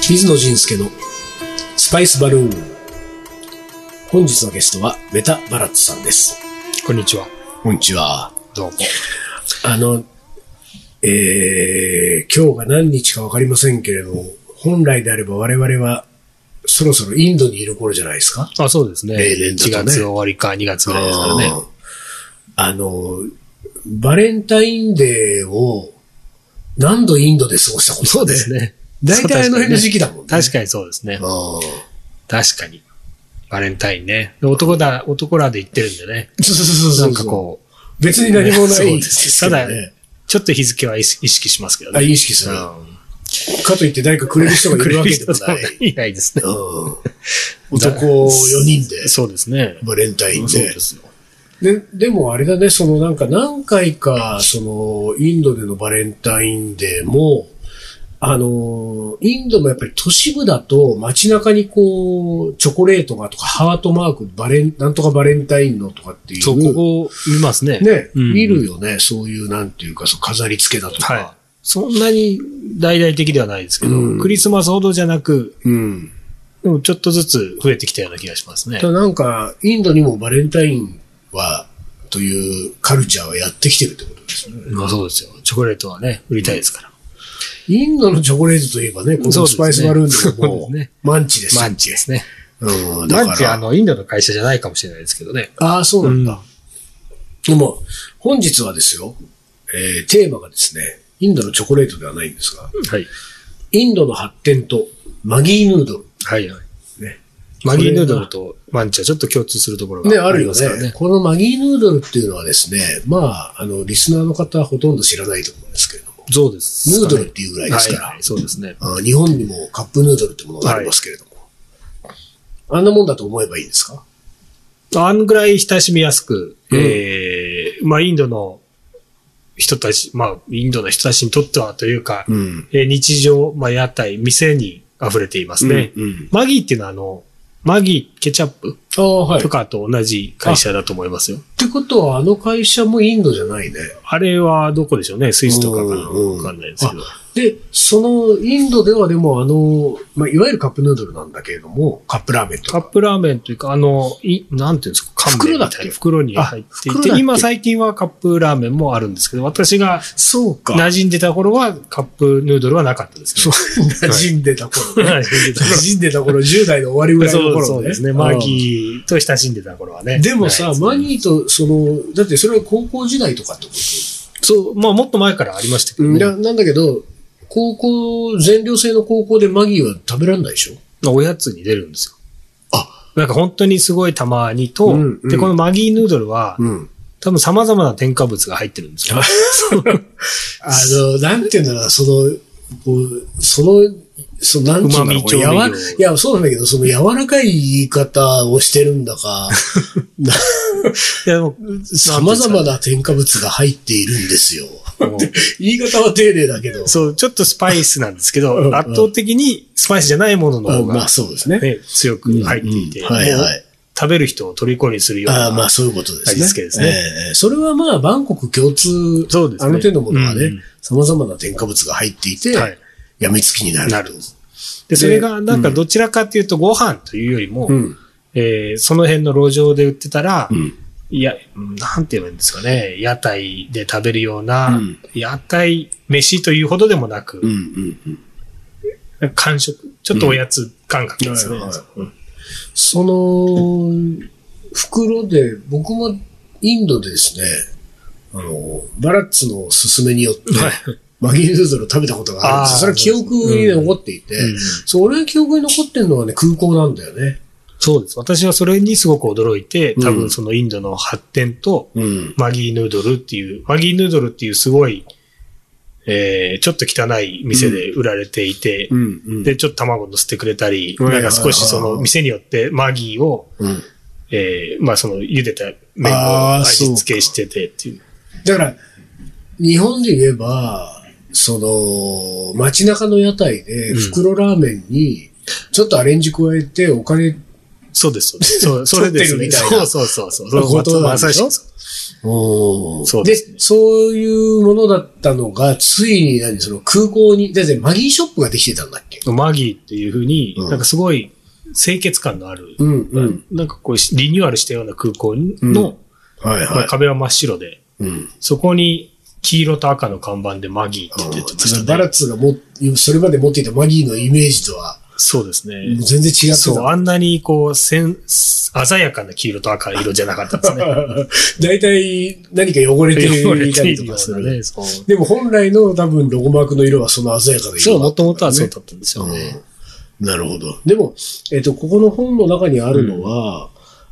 水野仁介のスパイスバルーン。本日のゲストはメタバラッツさんです。こんにちは。こんにちは。どうも。あの、えー、今日が何日かわかりませんけれども、本来であれば我々はそろそろインドにいる頃じゃないですかあ、そうですね。例年だとね1月終わりか2月ぐらいですからね。あの、バレンタインデーを何度インドで過ごしたことそうですね。 大体あの辺の時期だだもんね。確かにそうですね。あー確かに。バレンタインね。で男だ、男らで行ってるんでね。そうそうそうそう。なんかこう、う。別に何もなそういでですすけどね。ただちょっと日付は意識意識しますけどあ、ね。意識する。うんかといって誰かくれる人がいるわけ でもくれなる人い。いないですね。うん男4人で、そうですね。バレンタインそうでで。すよ。で、でもあれだね、そのなんか何回か、その、インドでのバレンタインデーも、あの、インドもやっぱり都市部だと街中にこう、チョコレートがとかハートマーク、バレン、なんとかバレンタインのとかっていう。そう、ここ見ますね。ね、うん見るよね、そういうなんていうか、そう飾り付けだとか。はい。そんなに大々的ではないですけど、うんクリスマスほどじゃなく、うん。でもちょっとずつ増えてきたような気がしますねた。だなんか、インドにもバレンタインは、というカルチャーはやってきてるってことですね。まあそうですよ。チョコレートはね、売りたいですから。インドのチョコレートといえばね、このそうですスねパイスバルーンでそうもでもすうね、マンチです。マンチですね。うん、だから。マンチ、あの、インドの会社じゃないかもしれないですけどね。ああ、そうなんだ。うんでも、本日はですよ、えー、テーマがですね、インドのチョコレートではないんですが、はい。インドの発展とマギーヌードはいはい。ル。ね。マギーヌードルとマンチはちょっと共通するところね、がああるりよますからねね。このマギーヌードルっていうのはですね、まあ、あの、リスナーの方はほとんど知らないと思うんですけれども、そうです、ヌードルっていうぐらいですからはいはいそうですね。あ日本にもカップヌードルってものがありますけれども、あんなもんだと思えばいいですかあのぐらい親しみやすく、うんえーまあインドの人たち、まあインドの人たちにとってはというか、うん。えー日常、まあ屋台、店に溢れていますね。うん。マギーっていうのはあの、マギーケチャップああ、はい。っとかと同じ会社だと思いますよ。てことは、あの会社もインドじゃないね。あれはどこでしょうね。スイスとかかなうんうんわかんないですけど。で、その、インドではでも、あの、まあ、いわゆるカップヌードルなんだけれども、カップラーメンとカッか。プラーメンというか、あの、い、なんていうんですか、缶袋麺だっみけたいな袋に入ってあい、袋だってけ今最近はカップラーメンもあるんですけど、私がそうか馴染んでた頃はカップヌードルはなかったですそね。う、馴染んでた頃ね。馴染んでた頃馴染んでた頃、10代の終わりぐらいの頃ね。そう そうですね。マギーと親しんでた頃はうね。んでもさ、マー。ギーと、その、だってそれは高校時代とかってことそう、まあもっと前からありましたけどうん、ね。ななんだけど、高校、全寮制の高校でマギーは食べられないでしょおやつに出るんですよ。あなんか本当にすごいたまにと、うんうんで、このマギーヌードルは、うん。多分様々な添加物が入ってるんです よ。あの、なんていうんだろうな、その、こう、その、その、なんていうんだろう、うまみ調味料やわいや、そうなんだけど、その柔らかい言い方をしてるんだ か、いやでも様々な添加物が入っているんですよ。 もう言い方は丁寧だけど。そう、ちょっとスパイスなんですけど、うんうん圧倒的にスパイスじゃないもののあ方が、まあそうですね。ね、強く入っていて、うんうんはいはいもう食べる人を虜にするようあな。あまあそういうことですね。味付けですねええそれはまあ、バンコク共通、そうですねあの手のものはね、うんうん様々な添加物が入っていて、はいやみつきになる。なるで、それがなんかうんどちらかというとご飯というよりも、うん。えーその辺の路上で売ってたら、うん。いや、うんなんて言えばいいんですかね、屋台で食べるような、うん屋台飯というほどでもなく、うん。うん。うんなんか完食、ちょっとおやつ感覚ですね。うんその、袋で、僕もインドでですね、あの、バラッツの勧めによって、はいマギーヌードルを食べたことがあるんですあよそれはー記憶にね残っていて、うんそう俺が記憶に残ってるのはね、空港なんだよね。そうです。私はそれにすごく驚いて、多うん分そのインドの発展と、うん。マギーヌードルっていう、マギーヌードルっていうすごい、えー、ちょっと汚い店で売られていて、うん。うん。で、ちょっと卵乗せてくれたり、はいなんか少しそはいはいのはい店によってマギーを、うんえー、まあその茹でた麺あをー味付けしててっていう。だから、日本で言えば、その、街中の屋台でうん袋ラーメンに、ちょっとアレンジ加えてお金そうです、そうです。そうそれです、ね。撮ってるみたいなそうそうそうそう。そういうことなんでしょまさにそうおーそうですねで、そういうものだったのが、ついに何、その空港に、だってマギーショップができてたんだっけマギーっていうふうに、うんなんかすごい清潔感のある、うんうん。なんかこうリニューアルしたような空港の、うんはいまあ、壁は真っ白で、い。うん。そこに黄色と赤の看板でマギーあっての出てまそしのたバね。ラッツがも、それまで持っていたマギーのイメージとは、そうですね。全然違ってそう、た。あんなにこう、せん、鮮やかな黄色と赤色じゃなかったです ね。大体何か汚れていたりとかする。ね。そう、でも本来の多分ロゴマークの色はその鮮やかなそう色だもったともとはそうだったんですよね。うんなるほど。でも、えっ、と、ここの本の中にあるのは、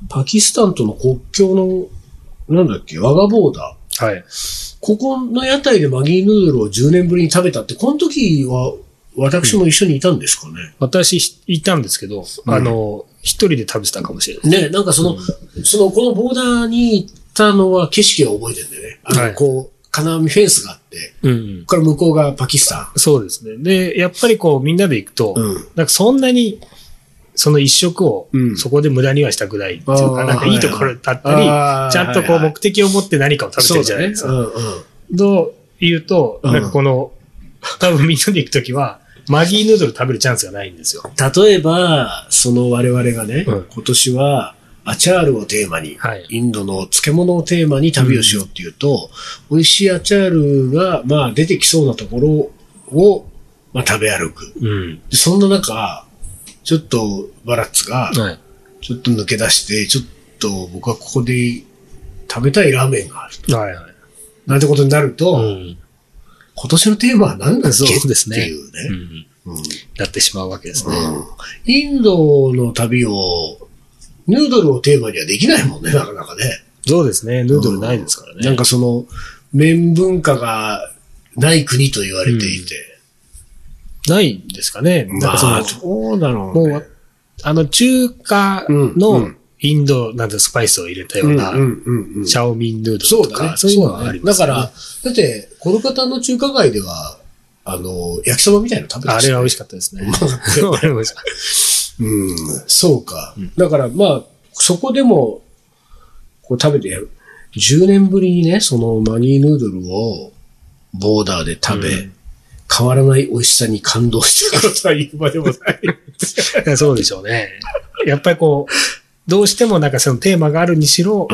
パキスタンとの国境の、なんだっけ、我がボーダー。はい。ここの屋台でマギーヌードルを10年ぶりに食べたって、この時は私も一緒にいたんですかね。私、いたんですけど、うんあの、一人で食べてたかもしれない。ねなんかその、その、このボーダーに行ったのは景色を覚えてるんだよね。あの、はいこう、金網フェンスがあって、うん、ここから向こうがパキスタそうですね。で、やっぱりこう、みんなで行くと、ン。うん。なんかそんなに、その一食をうん、そこで無駄にはしたくないっていうか、あーなんかいいところだったり、あーちゃんとこはういはい目的を持って何かを食べてるじゃないですそかう。だね。うんうん。と言うと、うんなんかこの、多分みんなで行くときは、マギーヌードル食べるチャンスがないんですよ。例えば、その我々がね、うん今年はアチャールをテーマに、はいインドの漬物をテーマに旅をしようっていうと、美味しいアチャールが、まあ、出てきそうなところを、まあ、食べ歩く。うん。でそんな中、ちょっとバラッツが、はい。ちょっと抜け出して、ちょっと僕はここで食べたいラーメンがある。はいはい。なんてことになると、うん。今年のテーマは何なんだっけそうですねっていうね。うん。うんなってしまうわけですね。うんインドの旅を、ヌードルをテーマにはできないもんね、な かなかね。そうですね。ヌードルないですからね。なんかその、麺文化がない国と言われていて。ないんですかね。なんかその、そうだろもう、あの、中華うんうのんインドなんてスパイスを入れたような、うんシャオミンヌードそルうとだねか、。そういうのがありまだすかね。ら、だって、コルカタの中華街では、あの、焼きそばみたいなの食べてあまれし たは美ね味しかったですね。あれは美味しかったうん、そうか。だから、まあ、そこでも、こう食べてやる。10年ぶりにね、そのマニーヌードルをボーダーで食べ、うん変わらない美味しさに感動したことは言うまでも ない。いや そうでしょうね。やっぱりこう、どうしてもなんかそのテーマがあるにしろ、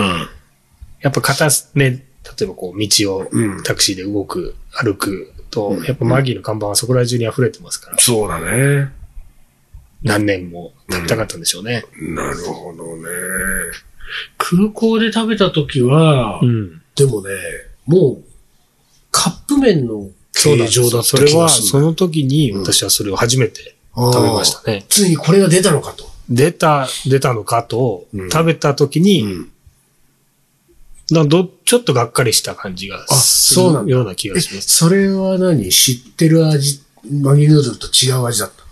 やっぱ片目、例えばこう道をうんタクシーで動く、歩くと、やっぱマギーの看板はそこら中に溢れてますから、そうだね。何年も食べたかったんでしょうね。なるほどね。空港で食べた時は、うん。でもね、もう、カップ麺のそう形状だったそれ気がは、すそる。の時に私はそれを初めて食べましたね。ついにこれが出たのかと。出た、出たのかと、うん食べた時に、なんかどちょっとがっかりした感じがあすそうなんるだような気がえします。 それは何知ってる味、マギヌードルと違う味だった。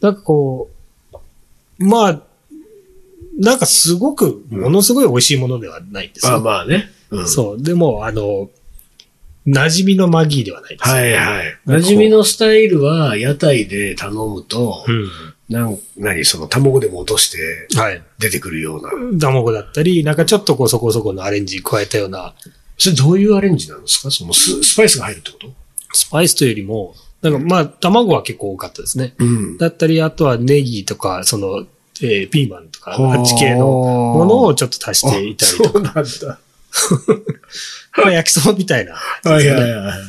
なんかこう、まあ、なんかすごく、ものすごい美味しいものではないんですよ。まあね。う。そう。でも、あの、馴染みのマギーではないです。。はいいはい。馴染みのスタイルは屋台で頼むと、なん、何その卵でも落としてうん。はい。出てくるような。卵だったり、なんかちょっとこうそこそこのアレンジ加えたような、それどういうアレンジなんですかそのススパイスが入るってことスパイスというよりも、なんかまあ、卵は結構多かったですね。うん。だったり、あとはネギとか、その、えーピーマンとか、ほーあっち系のものをちょっと足していたりとか、そうなんだ。 まあ焼きそばみたいな。はいはいはいはい。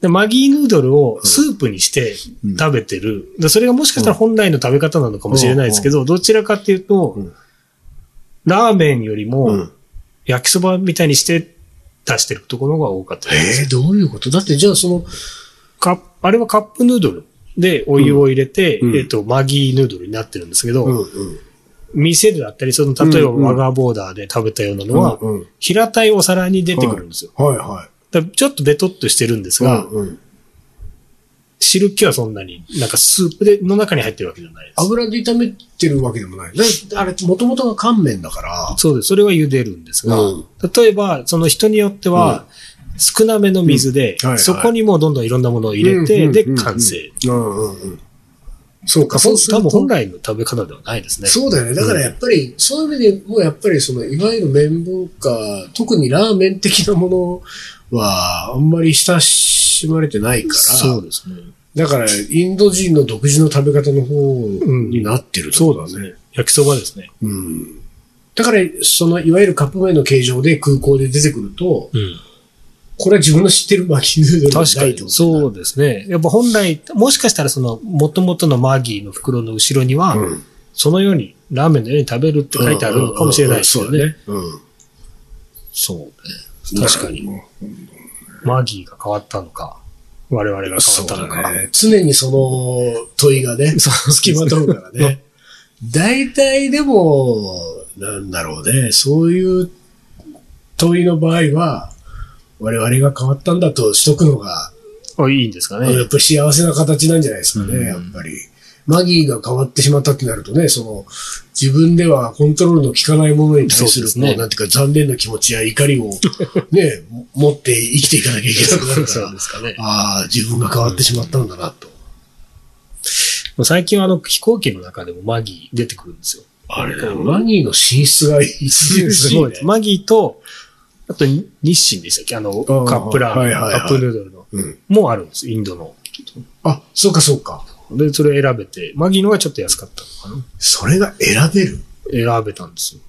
でマギーヌードルをスープにしてうん食べてる。でそれがもしかしたら本来の食べ方なのかもしれないですけど、どちらかっていうとうん、ラーメンよりうもん焼きそばみたいにして出してるところが多かったです。えー、どういうことだってじゃあその、カップあれはカップヌードルでお湯を入れて、うんうんえっと、マギーヌードルになってるんですけど、ん。店であったり、その、例えばうんうん我がボーダーで食べたようなのは、うんうん平たいお皿に出てくるんですよ。はいはだからちょっとベトっとしてるんですい。が、うん。汁気はそんなに、なんかスープで、の中に入ってるわけじゃないです。油で炒めてるわけでもない。だあれ、もともとが乾麺だから。そうです。それは茹でるんですが、うん例えば、その人によっては、少なめの水で、うんはいはいそこにもうどんどんいろんなものを入れて、うんうんうんうんで、完成。うんうんうん。そうか、そうする多分と本来の食べ方ではないですね。そうだよね。だからやっぱり、そういう意味でも、やっぱりその、いわゆる麺文化、特にラーメン的なものは、あんまり親しまれてないから、そうですね。だから、インド人の独自の食べ方の方になってる、そうだ。ね。焼きそばですね。うん。だから、その、いわゆるカップ麺の形状で空港で出てくると、うん。これは自分の知ってる巻きヌードル確かないに。そうですね。やっぱ本来、もしかしたらその、元々のマギーの袋の後ろには、うん。そのように、ラーメンのように食べるって書いてあるのかもしれないですようんうんうねん。そうだね。うん。そうね。確かに。マギーが変わったのか、我々が変わったのか。ね。常にその問いが ね、隙間取るからね。 大体でも、なんだろうね、そういう問いの場合は、我々が変わったんだとしとくのが、あいいんですかね。やっぱり幸せな形なんじゃないですかね、うんやっぱり。マギーが変わってしまったってなるとね、その、自分ではコントロールの効かないものに対する、そうですねこうなんていうか残念な気持ちや怒りを、 ね、持って生きていかなきゃいけなくなるかそらうで、すかね。ああ、自分が変わってしまったんだなと。もう最近はあの飛行機の中でもマギー出てくるんですよ。あれだよ、マギーの寝室が著しい、ね。マギーと、あと日清でしたっけあの、んカップラーはメいン、はいはいカップヌードルの。 うん。もあるんです、インドの。あ、そうかそうか。で、それ選べて、マギーのがちょっと安かったのかそれが選べる。な選べたんですよ。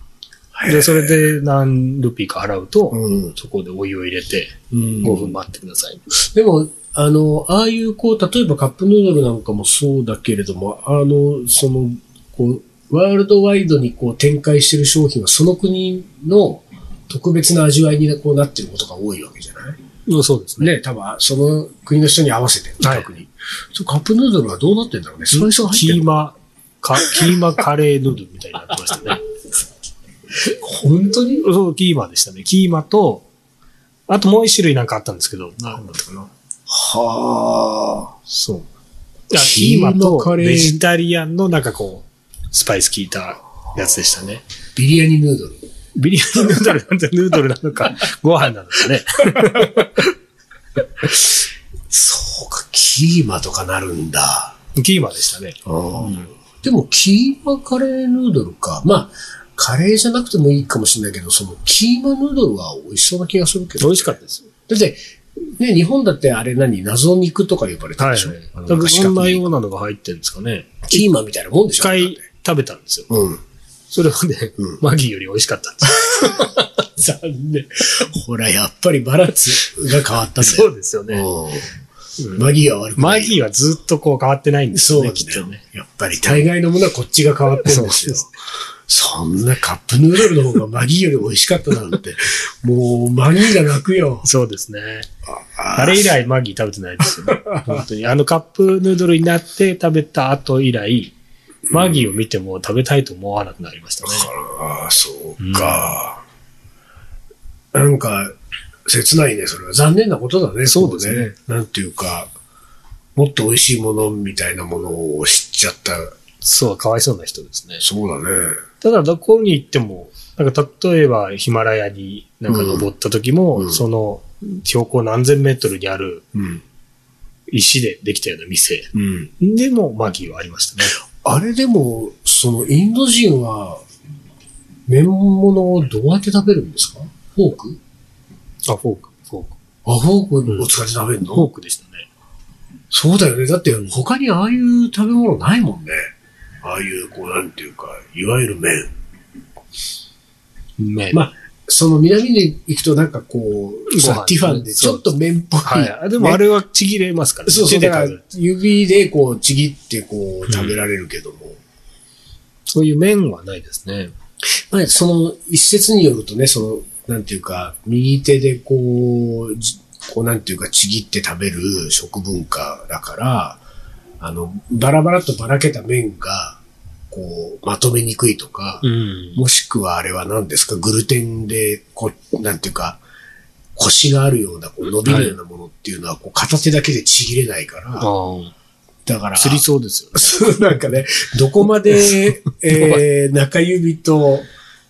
で、それで何ルピーか払うと、うん。そこでお湯を入れて、うん5分待ってください。でも、あの、ああいうこう、例えばカップヌードルなんかもそうだけれども、あの、その、こう、ワールドワイドにこう展開してる商品はその国の特別な味わいにこうなってることが多いわけじゃないうんそうですね。ね、多分その国の人に合わせて、はい特に。そうカップヌードルはどうなってんだろうね。スパイスが入っキてるーマ、かキーマカレーヌードルみたいになってま したね。本当にそう、キーマでしたね。キーマと、あともう一種類なんかあったんですけど、なんだったかな。はあ。そう。あキーマキーマとカレーベジタリアンのなんかこう、スパイス効いたやつでしたね。ビリヤニヌードル。ビリヤニヌードルなんてヌードルなの か、ご飯なのかね。そうか、キーマとかなるんだ。キーマでしたね。でも、キーマカレーヌードルか。まあ、カレーじゃなくてもいいかもしれないけど、そのキーマヌードルは美味しそうな気がするけ美ど。味しかったですよ。だって、ね、日本だってあれ何謎肉とか呼ばれてるでしょ、あの多分そんな昔ようなのが入ってるんですかね。キーマみたいなもんでし一ょ回食べたんですよ。うん。それはね、うんマギーより美味しかったんです 残念。ほら、やっぱりバランスが変わったんだよ。よ。そうですよね。ううんんマギーは悪くなマい。ギーはずっとこう変わってないんですそうよなね、んきっだよとね。。やっぱり大概のものはこっちが変わってるんですよ。そんなカップヌードルの方がマギーより美味しかったなん て、もうマギーが泣くよ。そうですね。ああれ以来マギー食べてないです よね。本当に。あのカップヌードルになって食べた後以来、マギーを見ても食べたいと思わなくなりましたね。あ、そうか。なんか、切ないね、それは。残念なことだね、そうですねこうなんていうか、もっと美味しいものみたいなものを知っちゃった。そう、かわいそうな人ですね。そうだね。ただ、どこに行っても、なんか例えばヒマラヤになんか登った時も、うんその標高何千メートルにあるうん。石でできたような店うん。でもマギーはありましたね。あれでも、その、インド人は、麺物をどうやって食べるんですかフォークあ、フォーク、フォーク。あ、フォークを使って食べるの、フォークでしたね。そうだよね。だって、他にああいう食べ物ないもんね。ああいう、こう、なんていうか、いわゆる麺。ねまあその南に行くとなんかこう、ご飯さティファンでちょっと麺っぽい。はい。でもあれ、れはちぎれますから、ね。そうそう、手だでか食らべる指でこう、ちぎってこう、食べられるけども。そういう面はないですね。まあ、その一説によるとね、その、なんていうか、右手でこう、じこうなんていうか、ちぎって食べる食文化だから、あの、バラバラとばらけた麺が、こう、まとめにくいとか、うん。もしくはあれは何ですか、グルテンで、こう、なんていうか、腰があるような、こう伸びるようなものっていうのは、こう片手だけでちぎれないから、あだから、あ。釣りそうですよね。そう、 なんかね、どこま で、えー、中指と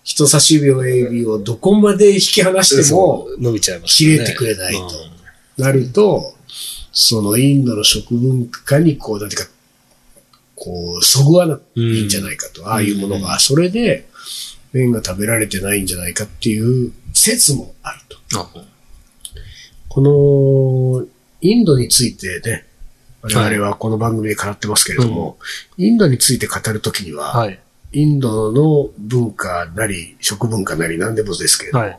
人差し指の親指を どこまで引き離しても、う伸びちゃいます切れてくれないとなると、そのインドの食文化にこう、なんていうか、こう、そぐわないんじゃないかと、ああいうものが、それで、麺が食べられてないんじゃないかっていう説もあると。あこの、インドについてね、我々はこの番組で語ってますけれども、インドについて語るときには、はい。インドの文化なり、食文化なり何でもですけれど、はい。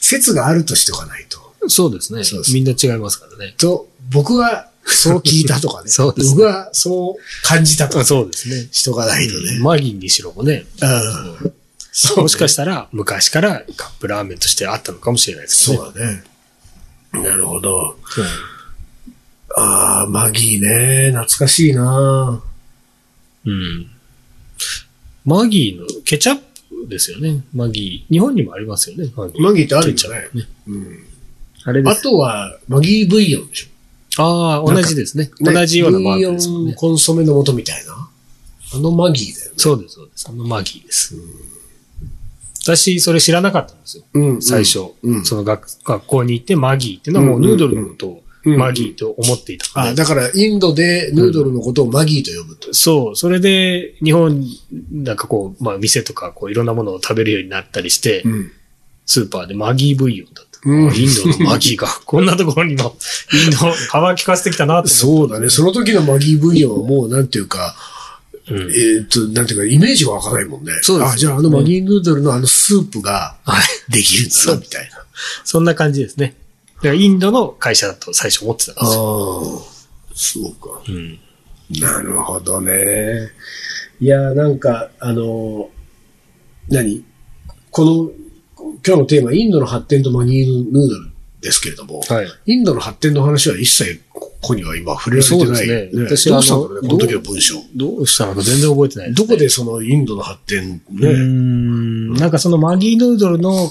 説があるとしておかないと。そうですねそうですみんな違いますからね。と、僕はそう聞いたとかね。 そうです僕ねはそう感じたとか、そうですね。しとかないとね。マギーにしろもね、うん。そうもしかしたら昔からカップラーメンとしてあったのかもしれないですね。そうだね。なるほど。うんああ、マギーね。懐かしいなうん。マギーのケチャップですよね。マギー。日本にもありますよね。マギー。マギーってあるんじゃない、ねうん、あれであす。とは、マギーブイヨンでしああ、同じですね。ょ。ね同じようなマークですもんブイヨンね。コンソメの素みたいな。あのマギーだよね。そうです、そうです。あのマギーです。私、それ知らなかったんですよ。うん最初。うんその学学校に行ってマギーっていうのはもうヌードルのことをうんうんマギーと思っていたのであ、だから、インドでヌードルのことをマギーと呼ぶと。そう。それで、日本、なんかこう、まあ、店とか、こう、いろんなものを食べるようになったりして、うん。スーパーでマギーブイヨンだった。うんインドのマギー が、こんなところにも、インド、幅利かせてきたなとそうだね。その時のマギーブイヨンはもう、なんていうか、思って。うんえーっと、なんていうか、イメージがわからないもんね。そうですあ、じゃああのマギーヌードルのあのスープがはい。できるんだ、みたいな。そんな感じですね。だからインドの会社だと最初思ってたんあですよ。あ、そうか。うん。なるほどね。いや、なんか、あの、何この、今日のテーマ、インドの発展とマギーヌードルですけれども、はい。インドの発展の話は一切ここには今触れられてない。そうですね私どはうしたんだろうね、あこのの時の文章。どうしたのか全然覚えてないですどね、こでそのインドの発展うーね。ん。なんかそのマギーヌードルの、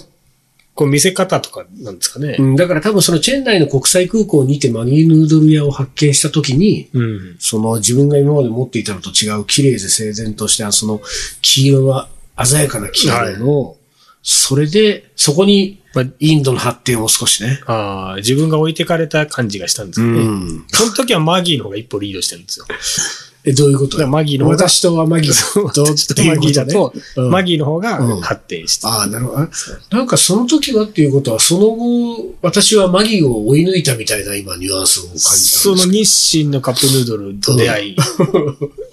こう、見せ方とかなんですかね。うん、だから多分そのチェンナイの国際空港にてマギーヌードル屋を発見した時に、うん。その自分が今まで持っていたのと違う綺麗で整然としたその黄色は鮮やかな黄色の、それでそこにまインドの発展を少しね。あ、ああ自分が置いてかれた感じがしたんですけどね。ん。その時はマギーの方が一歩リードしてるんですよ。だかえ、どういうことらマギーの方が、私とはマギーと、私とマギーだ、っていうことうんマギーの方うんが発展して、ああ、なるほど。あなんかその時はっていうことは、その後、私はマギーを追い抜いたみたいな今ニュアンスを感じたそんでのすけ日清のカップヌードルと出会い、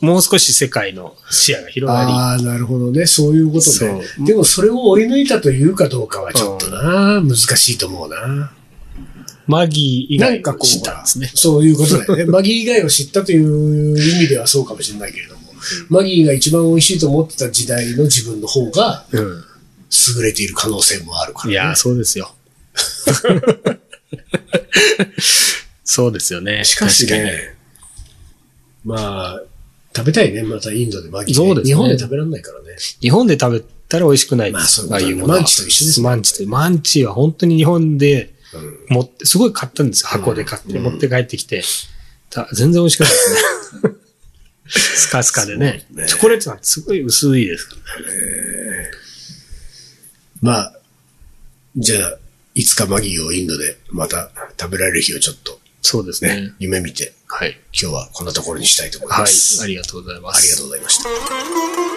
もう少し世界の視野がど。広がああ、なるほどね。そういうことね。そうでもそれを追い抜いたというかどうかはちょっとな、難しいと思うな。り、マギー以なん外かをこう、知ったんですね。そういうことだよね。 マギー以外を知ったという意味ではそうかもしれないけれども、マギーが一番美味しいと思ってた時代の自分の方がうん優れている可能性もあるから、ね。いやー、そうですよ。 そうですよね。しかし確かにね、まあ、食べたいね、またインドでマギーね、そうですね日本で食べられないからね。日本で食べたら美味しくないまあそういうあことだあねいうものはマンチと一緒ですねマンチと。マンチは本当に日本でうん持って、すごい買ったんですよ。箱で買って、持って帰ってきて。た全然美味しくないですね。 スカスカでねそうねチョコレートなんてすごい薄いですから。まあ、じゃあ、いつかマギーをインドでまた食べられる日をちょっとそうですね、ね。夢見て、はい。今日はこんなところにしたいと思いはまい。す。ありがとうございます。ありがとうございました。